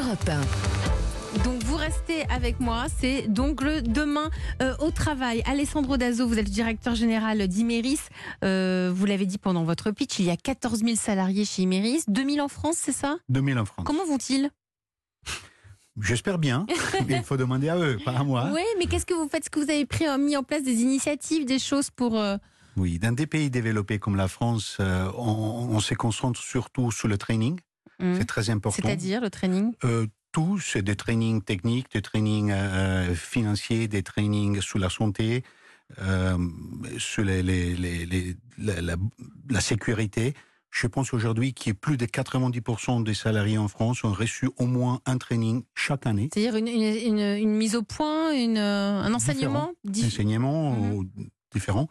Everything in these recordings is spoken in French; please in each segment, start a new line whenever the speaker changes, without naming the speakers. Europe 1.
Donc vous restez avec moi, c'est donc le demain euh, au travail. Alessandro Dazo, vous êtes le directeur général d'Imeris. Euh, vous l'avez dit pendant votre pitch, il y a 14 000 salariés chez Imeris, 2 000 en France, c'est ça
2000 en France.
Comment vont-ils
J'espère bien, mais il faut demander à eux, pas à moi.
Oui, mais qu'est-ce que vous faites Est-ce que vous avez pris, euh, mis en place des initiatives, des choses pour... euh,
Oui, dans des pays développés comme la France, euh, on, on se concentre surtout sur le training.
hmm,
C'est très important.
C'est-à-dire le training
Euh, tout, c'est des trainings techniques, des trainings euh, financiers, des trainings sur la santé, euh, sur les- les- les- les- la, la- la sécurité. Je pense aujourd'hui qu'il y a plus de 90% des salariés en France ont reçu au moins un training chaque année.
C'est-à-dire une, une- une- une mise au point, une, euh, un enseignement Dif-
enseignements
Mhm.
ou différents.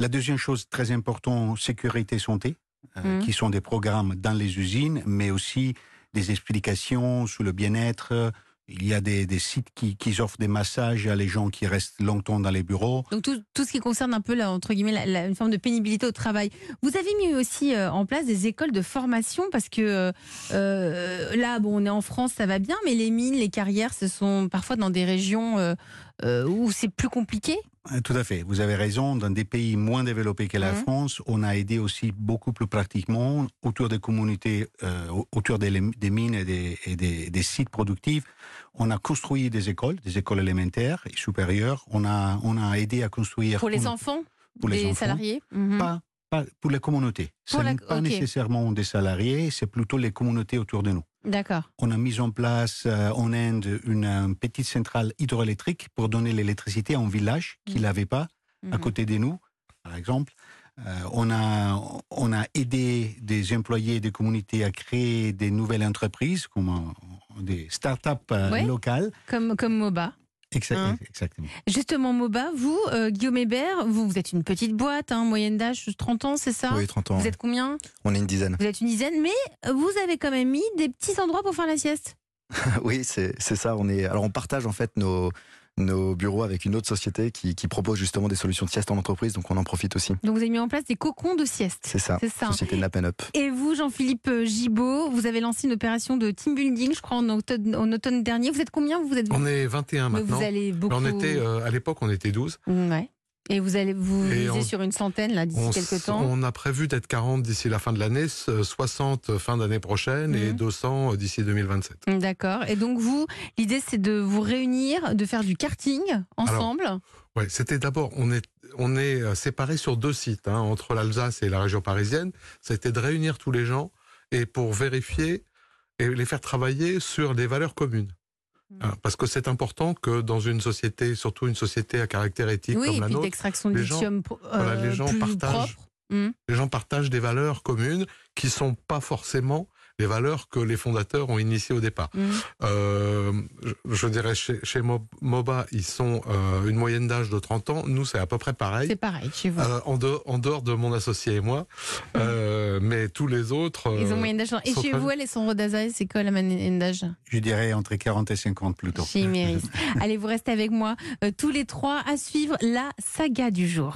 La deuxième chose très importante, sécurité santé, euh,
Mhm.
qui sont des programmes dans les usines, mais aussi des explications sur le bien-être. Il y a des, des sites qui, qui offrent des massages à les gens qui restent longtemps dans les bureaux.
Donc tout, tout ce qui concerne un peu la, entre guillemets la- la- une forme de pénibilité au travail. Vous avez mis aussi euh, en place des écoles de formation parce que euh, euh, là, bon, on est en France, ça va bien, mais les mines, les carrières, ce sont parfois dans des régions euh, euh, où c'est plus compliqué.
Euh, Tout à fait, vous avez raison, dans des pays moins développés que la
Mhm.
France, on a aidé aussi beaucoup plus pratiquement autour des communautés, euh, au- autour des, des mines et, des, et des- des sites productifs. On a construit des écoles, des écoles élémentaires et supérieures. On a, on a aidé à construire
Pour les
une-
enfants,
pour
des
les enfants,
salariés. Mhm.
Pas, pas pour la communauté. Ce
Pour la-
n'est pas
ok.
nécessairement des salariés, c'est plutôt les communautés autour de nous.
D'accord.
On a mis en place euh, en Inde une euh, petite centrale hydroélectrique pour donner l'électricité à un village qui
Mhm.
l'avait pas à
Mhm.
côté de nous, par exemple. Euh, on, a, on a aidé des employés des communautés à créer des nouvelles entreprises, comme euh, des start-up euh,
Ouais.
locales.
Comme, comme MOBA.
Exa-
Hein.
Exactement.
Justement, MOBA, vous, euh, Guillaume Hébert, vous, vous êtes une petite boîte, hein, moyenne d'âge 30 ans, c'est ça
Oui, 30 ans.
Vous êtes combien
On est une dizaine.
Vous êtes une dizaine, mais vous avez quand même mis des petits endroits pour faire la sieste.
oui, c'est c'est ça. On est. Alors, on partage en fait nos nos bureaux avec une autre société qui, qui propose justement des solutions de sieste en entreprise, donc on en profite aussi.
Donc vous avez mis en place des cocons de sieste.
C'est ça.
C'est ça.
Société Nap and Up.
Et vous, Jean-Philippe euh, Gibaud, vous avez lancé une opération de team building, je crois, en automne, en automne dernier. Vous êtes combien Vous êtes
On est 21
Mais
maintenant.
Vous allez beaucoup.
Mais on était, euh, à l'époque, on était 12.
Mm, ouais. Et vous allez vous
Et
visez
on-
sur une centaine là d'ici
On,
quelques
s-
temps.
on a prévu d'être 40 d'ici la fin de l'année, s- 60 fin d'année prochaine et
Mhm.
200 d'ici 2027.
Mm, D'accord. Et donc vous, l'idée c'est de vous réunir, de faire du karting ensemble.
Ouais, c'était d'abord, on est, on est euh, séparés sur deux sites, hein, entre l'Alsace et la région parisienne. C'était de réunir tous les gens et pour vérifier et les faire travailler sur des valeurs communes.
Mhm.
Hein, Parce que c'est important que dans une société, surtout une société à caractère éthique
oui,
comme
et
la
puis
nôtre,
d'extraction de
les gens-
lithium pro-
voilà, les
euh,
gens
plus
partagent.
propre. Mm.
les gens partagent des valeurs communes qui sont pas forcément les valeurs que les fondateurs ont initiées au départ.
Mm.
Euh, je, je dirais chez, chez Mo- MOBA, ils sont euh, une moyenne d'âge de 30 ans. Nous, c'est à peu près pareil.
C'est pareil chez vous.
Euh, en, dehors, en dehors de mon associé et moi, Euh, mais tous les autres.
Mmh. Ils
euh,
ont moyenne d'âge. Et
sont
chez
pas-
vous, Alessandro Dazaï, c'est quoi la moyenne d'âge
Je dirais entre 40 et 50 plutôt.
Chez Imeris. Allez, vous restez avec moi euh, tous les trois à suivre la saga du jour.